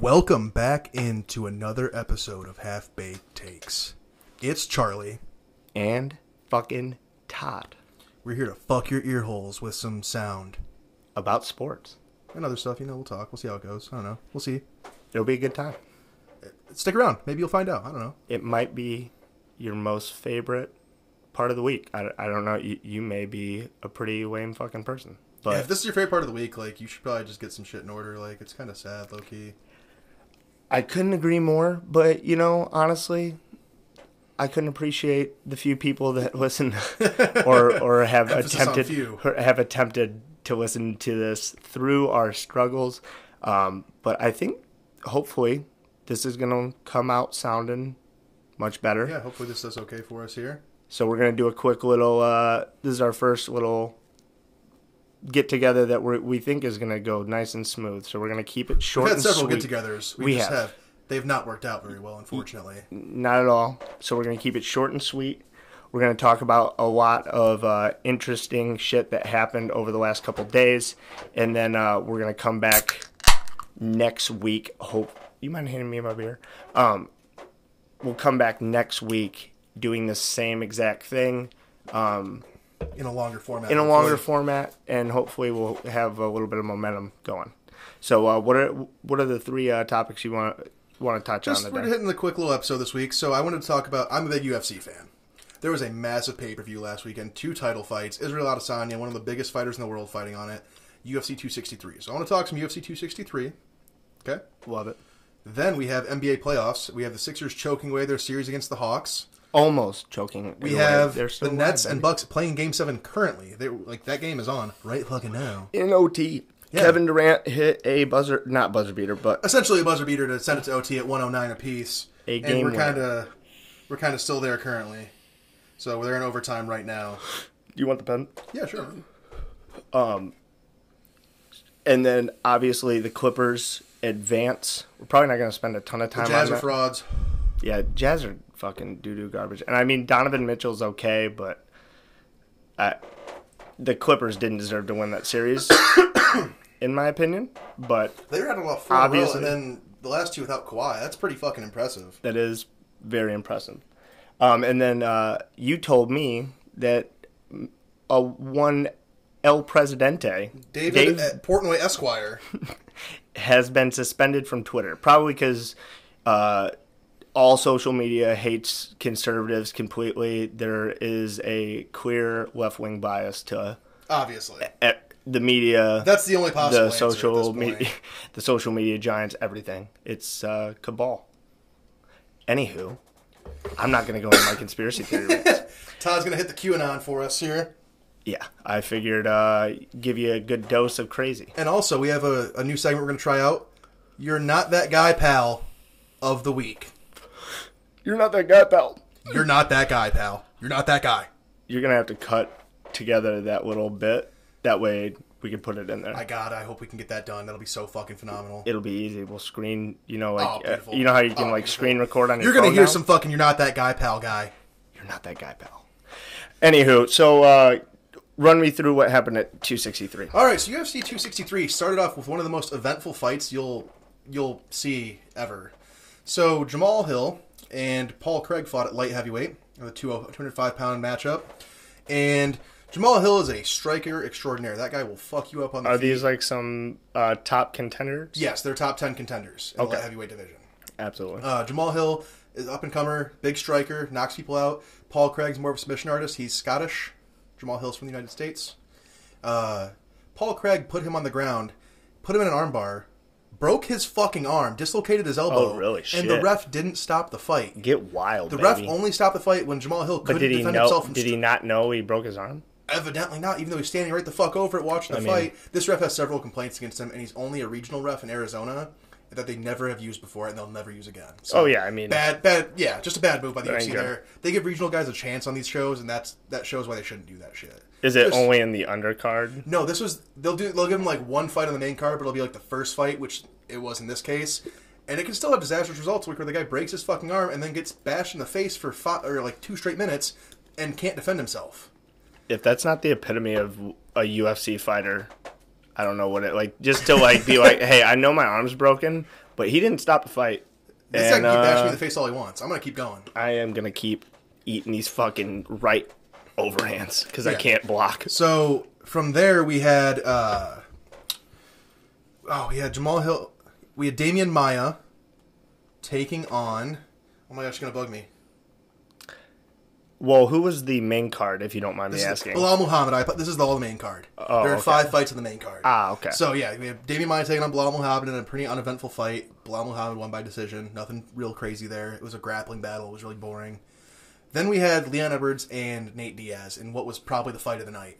Welcome back into another episode of Half Baked Takes. It's Charlie. And fucking Todd We're here to fuck your ear holes with some sound about sports. and other stuff. You know, we'll talk. We'll see how it goes. I don't know. We'll see. It'll be a good time. Stick around. Maybe you'll find out. I don't know. It might be your most favorite part of the week. I, I don't know. You, you may be a pretty lame fucking person. But yeah, if this is your favorite part of the week, like you should probably just get some shit in order. Like it's kind of sad, low key. I couldn't agree more. But, you know, honestly, I couldn't appreciate the few people that listen or, or have Emphasis on attempted few. or have attempted to listen to this through our struggles. Um, but I think hopefully this is going to come out sounding much better. Yeah, hopefully this does okay for us here. So we're gonna do a quick little. Uh, this is our first little get together that we we think is gonna go nice and smooth. So we're gonna keep it short We've had and several sweet. get-togethers. We, We just have. have. They've not worked out very well, unfortunately. Not at all. So we're gonna keep it short and sweet. We're gonna talk about a lot of uh, interesting shit that happened over the last couple days, and then uh, we're gonna come back next week. Hope you mind handing me my beer. Um, we'll come back next week doing the same exact thing. Um, In a longer format. in a longer format, and hopefully we'll have a little bit of momentum going. So, uh, what are what are the three uh, topics you want want to touch Just on we're today? hitting the quick little episode this week, so I wanted to talk about. I'm a big UFC fan. There was a massive pay per view last weekend, two title fights. Israel Adesanya, one of the biggest fighters in the world, fighting on it. UFC 263. So I want to talk some UFC 263. Okay. Love it. Then we have NBA playoffs. We have the Sixers choking away their series against the Hawks. Almost choking. We have the Nets and Bucks playing Game Seven currently. They like that game is on right fucking now. in OT. Yeah. Kevin Durant hit a buzzer, not buzzer beater, but Essentially, a buzzer beater to send it to OT at 109 apiece. A and game we're winner. kind of we're kind of still there currently. So they're in overtime right now. do you want the pen? Yeah, sure. And then obviously the Clippers advance. We're probably not going to spend a ton of time Jazz on are that. frauds. Yeah, Jazz are fucking doo doo garbage. And I mean, Donovan Mitchell's okay, but uh, the Clippers didn't deserve to win that series, in my opinion. But They had a lot four in a row, Obviously. and then the last two without Kawhi. That's pretty fucking impressive. that is very impressive. Um, and then uh, you told me that mm, a one El Presidente David Dave, at Portnoy Esquire. has been suspended from Twitter, probably because. Uh, all social media hates conservatives completely. There is a clear left wing bias to Obviously, at the media, that's the only possible. the answer at this social point. media, the social media giants, everything. It's uh, cabal. Anywho, I'm not going to go into my conspiracy theory. rants. Todd's gonna hit the QAnon for us here. Yeah, I figured uh, give you a good dose of crazy. And also, we have a, a new segment we're gonna try out. You're not that guy, pal, of the week. You're not that guy, pal. You're not that guy, pal. You're not that guy. You're going to have to cut together that little bit. That way we can put it in there. My God, I hope we can get that done. That'll be so fucking phenomenal. It'll be easy. We'll screen, you know, like uh, Oh, beautiful. you know how you can Oh, like beautiful. screen record on your You're gonna phone hear Oh, now? some fucking. You're not that guy, pal, guy. You're not that guy, pal. Anywho, so uh, run me through what happened at 263. All right, so UFC 263 started off with one of the most eventful fights you'll you'll see ever. So Jamal Hill and Paul Craig fought at light heavyweight, the 20 205 pound matchup, and Jamal Hill is a striker extraordinaire. That guy will fuck you up on the Are feet. these like some uh, top contenders? Yes, they're top 10 contenders in the Okay. light heavyweight division. Absolutely. Uh, Jamal Hill is up and comer, big striker, knocks people out. Paul Craig's more of a submission artist. He's Scottish. Jamal Hill's from the United States. Uh, Paul Craig put him on the ground, put him in an armbar, broke his fucking arm, dislocated his elbow. Oh, really? And the Shit. ref didn't stop the fight. Get wild, The ref baby. only stopped the fight when Jamal Hill couldn't Did he defend know? himself from Did str- he not know he broke his arm? Evidently not, even though he's standing right the fuck over it watching the mean- fight. This ref has several complaints against him, and he's only a regional ref in Arizona that they never have used before and they'll never use again. So Oh yeah, I mean, bad, bad, yeah, just a bad move by the UFC ain't good. there. They give regional guys a chance on these shows, and that's that shows why they shouldn't do that shit. is it Just- only in the undercard? No, this was they'll do they'll give them like one fight on the main card, but it'll be like the first fight, which it was in this case, and it can still have disastrous results like where the guy breaks his fucking arm and then gets bashed in the face for five or like two straight minutes and can't defend himself. If that's not the epitome of a UFC fighter, I don't know what it like. Just to like be like, hey, I know my arm's broken, But he didn't stop the fight. This guy And, can keep bashing me uh, in the face all he wants. I'm gonna keep going. I am gonna keep eating these fucking right overhands because I Yeah. can't block. So from there we had uh oh we had Jamal Hill we had Damian Maya taking on oh my gosh it's gonna bug me. Well, who was the main card, if you don't mind me This is asking? Bilal Muhammad. I put this is all the main card. Oh, there are okay. five fights in the main card. Ah, okay. So yeah, we have Damian Maya taking on Bilal Muhammad in a pretty uneventful fight. Bilal Muhammad won by decision. Nothing real crazy there. It was a grappling battle. It was really boring. Then we had Leon Edwards and Nate Diaz in what was probably the fight of the night.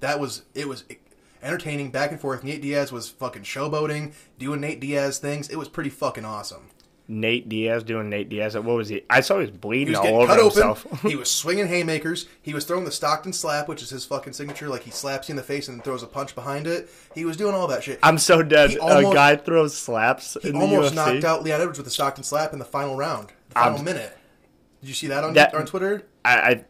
That was it was e, entertaining back and forth. Nate Diaz was fucking showboating, doing Nate Diaz things. It was pretty fucking awesome. Nate Diaz doing Nate Diaz. What was he? I saw he was bleeding He was all getting over cut himself. open. he was swinging haymakers. He was throwing the Stockton slap, which is his fucking signature. Like he slaps you in the face and then throws a punch behind it. He was doing all that shit. I'm so dead. He almost- a guy throws slaps in the Almost UFC. knocked out Leon Edwards with the Stockton slap in the final round, the final I'm- minute. Did you see that on, That- on Twitter? I, I,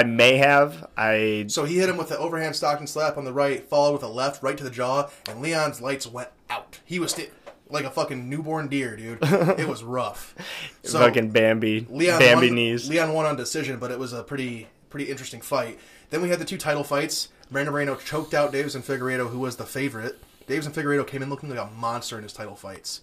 I may have. I So he hit him with the overhand Stockton slap on the right, followed with a left, right to the jaw, and Leon's lights went out. He was sti- like a fucking newborn deer, dude. it was rough. So fucking Bambi. Leon Bambi won, knees. Leon won on decision, but it was a pretty pretty interesting fight. Then we had the two title fights. Brandon Moreno choked out Davis and Figueredo, who was the favorite. Davis and Figueredo came in looking like a monster in his title fights.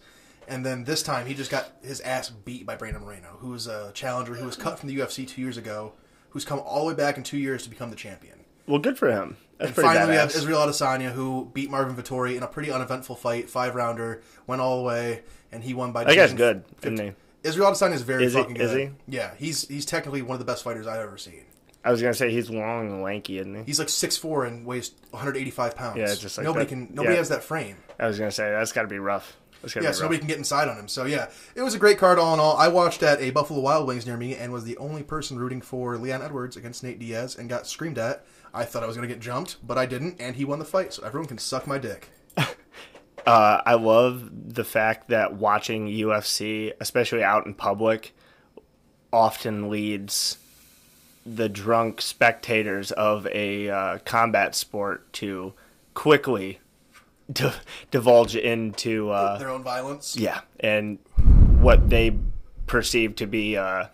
And then this time he just got his ass beat by Brandon Moreno, who was a challenger who was cut from the UFC two years ago, who's come all the way back in two years to become the champion. well, good for him. That's pretty Finally, we have badass. Israel Adesanya, who beat Marvin Vittori in a pretty uneventful fight, five rounder, went all the way, and he won by. that guy's decision good, isn't he? Israel Adesanya is very Is he- fucking good. is he? Yeah, he's he's technically one of the best fighters I've ever seen. I was gonna say he's long and lanky, isn't he? He's like six four and weighs 185 pounds. Yeah, just like nobody that. can nobody Yeah. has that frame. I was gonna say that's got to be rough. That's gotta Yeah, be so rough. nobody can get inside on him. So yeah, it was a great card all in all. I watched at a Buffalo Wild Wings near me and was the only person rooting for Leon Edwards against Nate Diaz and got screamed at. I thought I was going to get jumped, but I didn't, and he won the fight. So everyone can suck my dick. Uh, I love the fact that watching UFC, especially out in public, often leads the drunk spectators of a uh, combat sport to quickly d- divulge into uh, Their own violence. yeah, and what they perceive to be uh,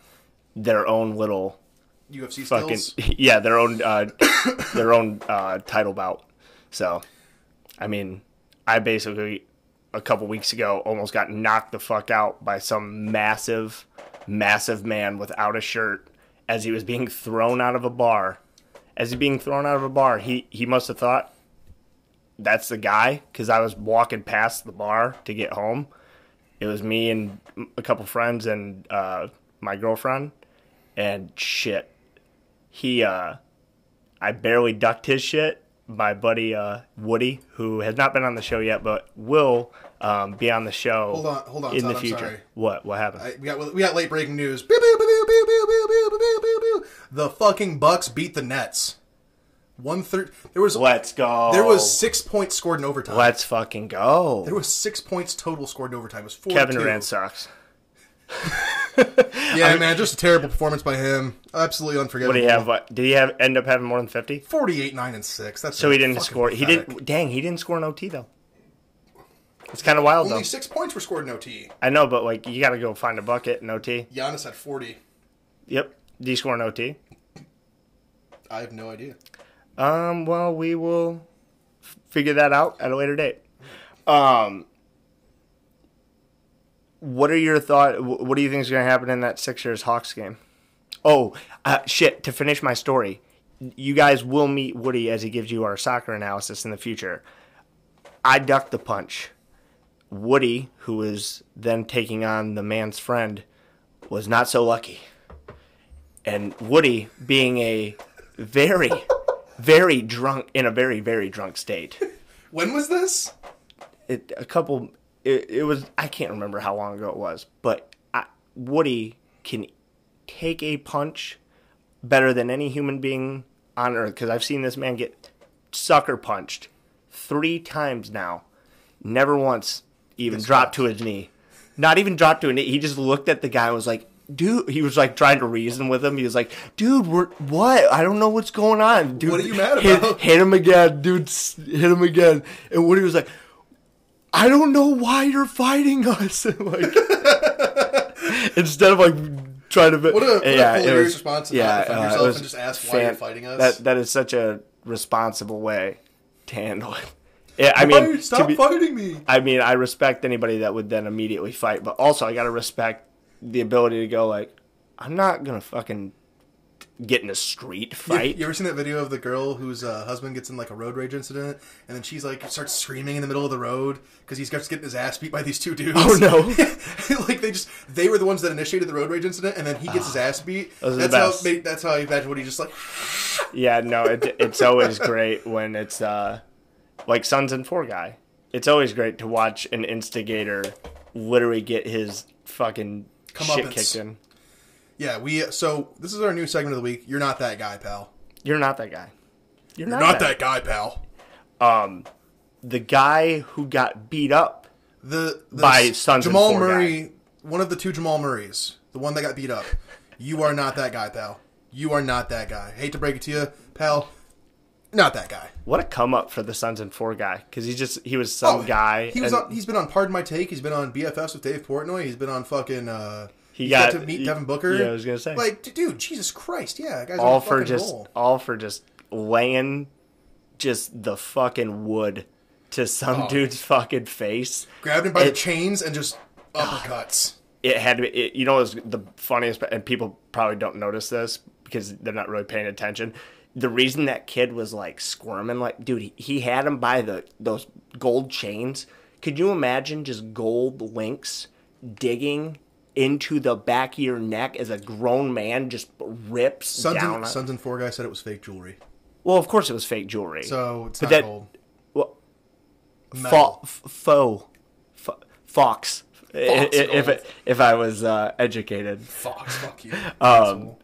their own little UFC fucking skills. yeah, their own uh, their own uh, title bout. So, I mean, I basically a couple weeks ago almost got knocked the fuck out by some massive, massive man without a shirt as he was being thrown out of a bar. As he being thrown out of a bar, he he must have thought that's the guy because I was walking past the bar to get home. It was me and a couple friends and uh, my girlfriend, and shit, he uh I barely ducked his shit. My buddy uh Woody, who has not been on the show yet, but will um, be on the show. Hold on- hold on, in Todd, the I'm future. sorry. What what happened? I- we got we got late breaking news. Pew, pew, pew, pew, pew, pew, pew, pew, pew, pew, pew. The fucking Bucks beat the Nets. One third. There was Let's go. there was six points scored in overtime. Let's fucking go. There was six points total scored in overtime. It was four. Kevin two. Durant sucks. Yeah, man, just a terrible performance by him. Absolutely unforgettable. What do you have? What, did he have? End up having more than fifty? Forty-eight, nine, and six. That's So he didn't fucking score. He pathetic. didn't. Dang, he didn't score an OT though. It's kind of wild Only though. six points were scored in OT. I know, but like you got to go find a bucket in OT. Giannis had forty. Yep. Did he score an OT? I have no idea. Um, well, we will f- figure that out at a later date. Um, what are your thought? wh- What do you think is going to happen in that Sixers Hawks game? Oh, uh, shit! To finish my story, you guys will meet Woody as he gives you our soccer analysis in the future. I ducked the punch. Woody, who was then taking on the man's friend, was not so lucky. And Woody, being a very, very drunk, in a very, very drunk state, When was this? it, a couple, it, it was, I can't remember how long ago it was, but I, Woody can take a punch better than any human being on earth because I've seen this man get sucker punched three times now. Never once even dropped to his knee. Not even dropped to a knee. He just looked at the guy and was like, dude, he was like trying to reason with him. He was like, dude, we're, what? I don't know what's going on. Dude, What are you mad hit, about?" Hit him again, dude. s- Hit him again. And Woody was like, I don't know why you're fighting us. And, like, instead of like trying to, What a- what a yeah, it hilarious was- response to not yeah, defend uh, it yourself was and just ask why you're fighting us. That that is such a responsible way to handle it. Yeah, I Hey, mean, to stop be- fighting me. I mean, I respect anybody that would then immediately fight, but also I gotta respect the ability to go like, I'm not gonna fucking get in a street fight. You ever seen that video of the girl whose uh, husband gets in like a road rage incident, and then she's like starts screaming in the middle of the road because he's just getting his ass beat by these two dudes? Oh, no! like they just they were the ones that initiated the road rage incident, and then he gets his ass beat. Those are Ah. the That's how best. they, that's how I imagine what he just like. yeah, no, it, it's always great when it's uh, like Sons and Four guy. It's always great to watch an instigator literally get his fucking shit Comeuppance. kicked in. Yeah, we. uh, So this is our new segment of the week. You're not that guy, pal. You're not that guy. You're, You're not that guy, pal. The guy who got beat up. The, the By s- Sons and Jamal Four Murray, one of the two Jamal Murrays, the one that got beat up. You are not that guy, pal. You are not that guy. Hate to break it to you, pal. Not that guy. What a come up for the Sons and Four guy because he just he was some guy. Oh, He was and- on, he's been on Pardon My Take. He's been on BFFs with Dave Portnoy. He's been on fucking. Uh, He he's got- to meet he- Devin Booker. yeah, I was gonna say. Like, d- dude, Jesus Christ, yeah, that guy's all on a for fucking just roll. all for just laying just the fucking wood to Oh. some dude's fucking face. grabbed him by the it- chains and just uppercuts. It had to be, it, you know, it was the funniest, and people probably don't notice this because they're not really paying attention. The reason that kid was like squirming, like, dude, he, he had him by the those gold chains. Could you imagine just gold links digging into the back of your neck as a grown man just rips Sons down? and, on- Sons and Four guy said it was fake jewelry, well, of course it was fake jewelry. so it's But not that- gold. Well, Metal. fo- f- faux, Fo- fox. I- I- If gold. if I was uh, educated, Fox, fuck you. Um, asshole.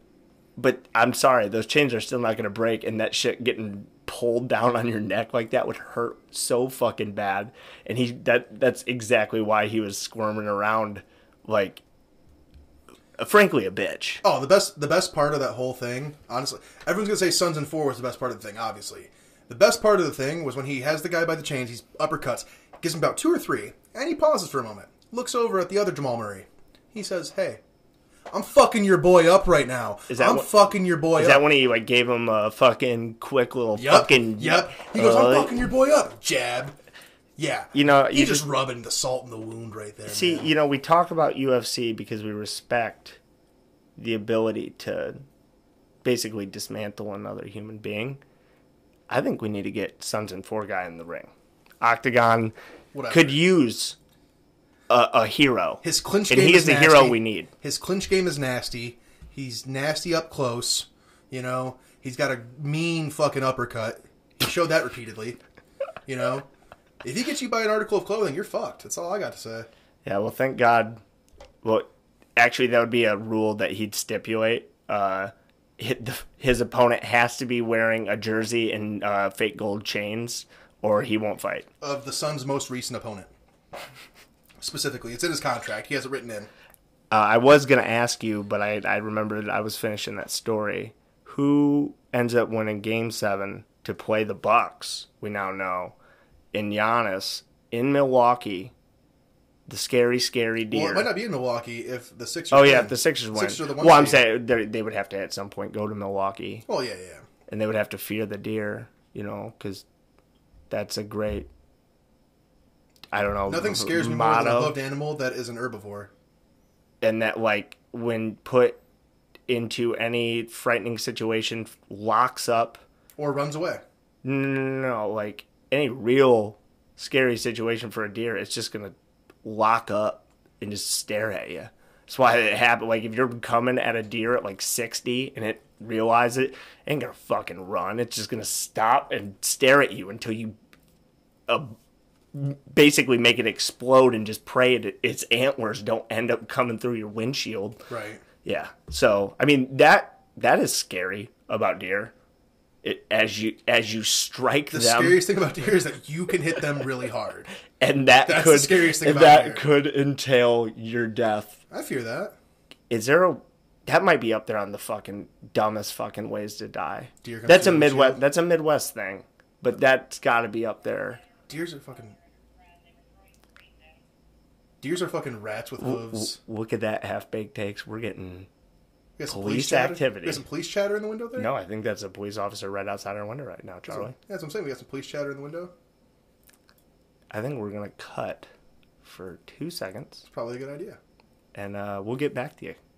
but I'm sorry, those chains are still not going to break, and that shit getting pulled down on your neck like that would hurt so fucking bad. And he that that's exactly why he was squirming around like, frankly, a bitch. Oh, the best the best part of that whole thing, honestly, everyone's gonna say Sons and Four was the best part of the thing. Obviously, the best part of the thing was when he has the guy by the chains, he's uppercuts, gives him about two or three, and he pauses for a moment, looks over at the other Jamal Murray. He says, "Hey, I'm fucking your boy up right now. Is that I'm what- fucking your boy Is up." that when he like gave him a fucking quick little Yep. fucking Yep. He goes, "I'm Uh, fucking your boy up." Jab. Yeah. You know, he's you just, rubbing the salt in the wound right there. See, man. you know, we talk about UFC because we respect the ability to basically dismantle another human being. I think we need to get Sons and Four Guy in the ring. Octagon Whatever. could use a, a hero. His clinch and game he is is the nasty. hero we need. His clinch game is nasty. He's nasty up close. You know, he's got a mean fucking uppercut. He showed that repeatedly. You know, if he gets you by an article of clothing, you're fucked. That's all I got to say. Yeah, well, thank God. Well, actually, that would be a rule that he'd stipulate. Uh, hit the, his opponent has to be wearing a jersey and uh, fake gold chains, or he won't fight. Of the Sun's most recent opponent, specifically, it's in his contract. He has it written in. Uh, I was gonna ask you, but I I remembered I was finishing that story. Who ends up winning Game Seven to play the Bucks? We now know, in Giannis in Milwaukee, the scary, scary deer. Well, it might not be in Milwaukee if the Sixers. oh yeah, win. if the Sixers win. Sixers are the one well, I'm seed. saying they they would have to at some point go to Milwaukee, Well, yeah, yeah, yeah. and they would have to fear the deer, you know, because that's a great. I don't know. Nothing scares me more Mm-hmm. motto. than a loved animal that is an herbivore. and that like when put into any frightening situation locks up Or runs away. no like any real scary situation for a deer it's just gonna lock up and just stare at you that's why it happened like if you're coming at a deer at like 60 and it realize it, it ain't gonna fucking run it's just gonna stop and stare at you until you uh, basically make it explode and just pray that its antlers don't end up coming through your windshield Right. yeah. So I mean that that is scary about deer. It, as you as you strike The them, scariest thing about deer is that you can hit them really hard. and that That's the could scariest thing and about that deer. could entail your death. I fear that. Is there a that might be up there on the fucking dumbest fucking ways to die. Deer comes that's a through the midwest. windshield. That's a Midwest thing, but that's got to be up there. Deers are fucking. Deers are fucking rats with hooves. W- look at that half baked takes. We're getting. You got some police chatter? activity. You got some police chatter in the window there. No, I think that's a police officer right outside our window right now, Charlie. that's what I'm saying. We got some police chatter in the window. I think we're gonna cut for two seconds, It's probably a good idea. and uh, we'll get back to you.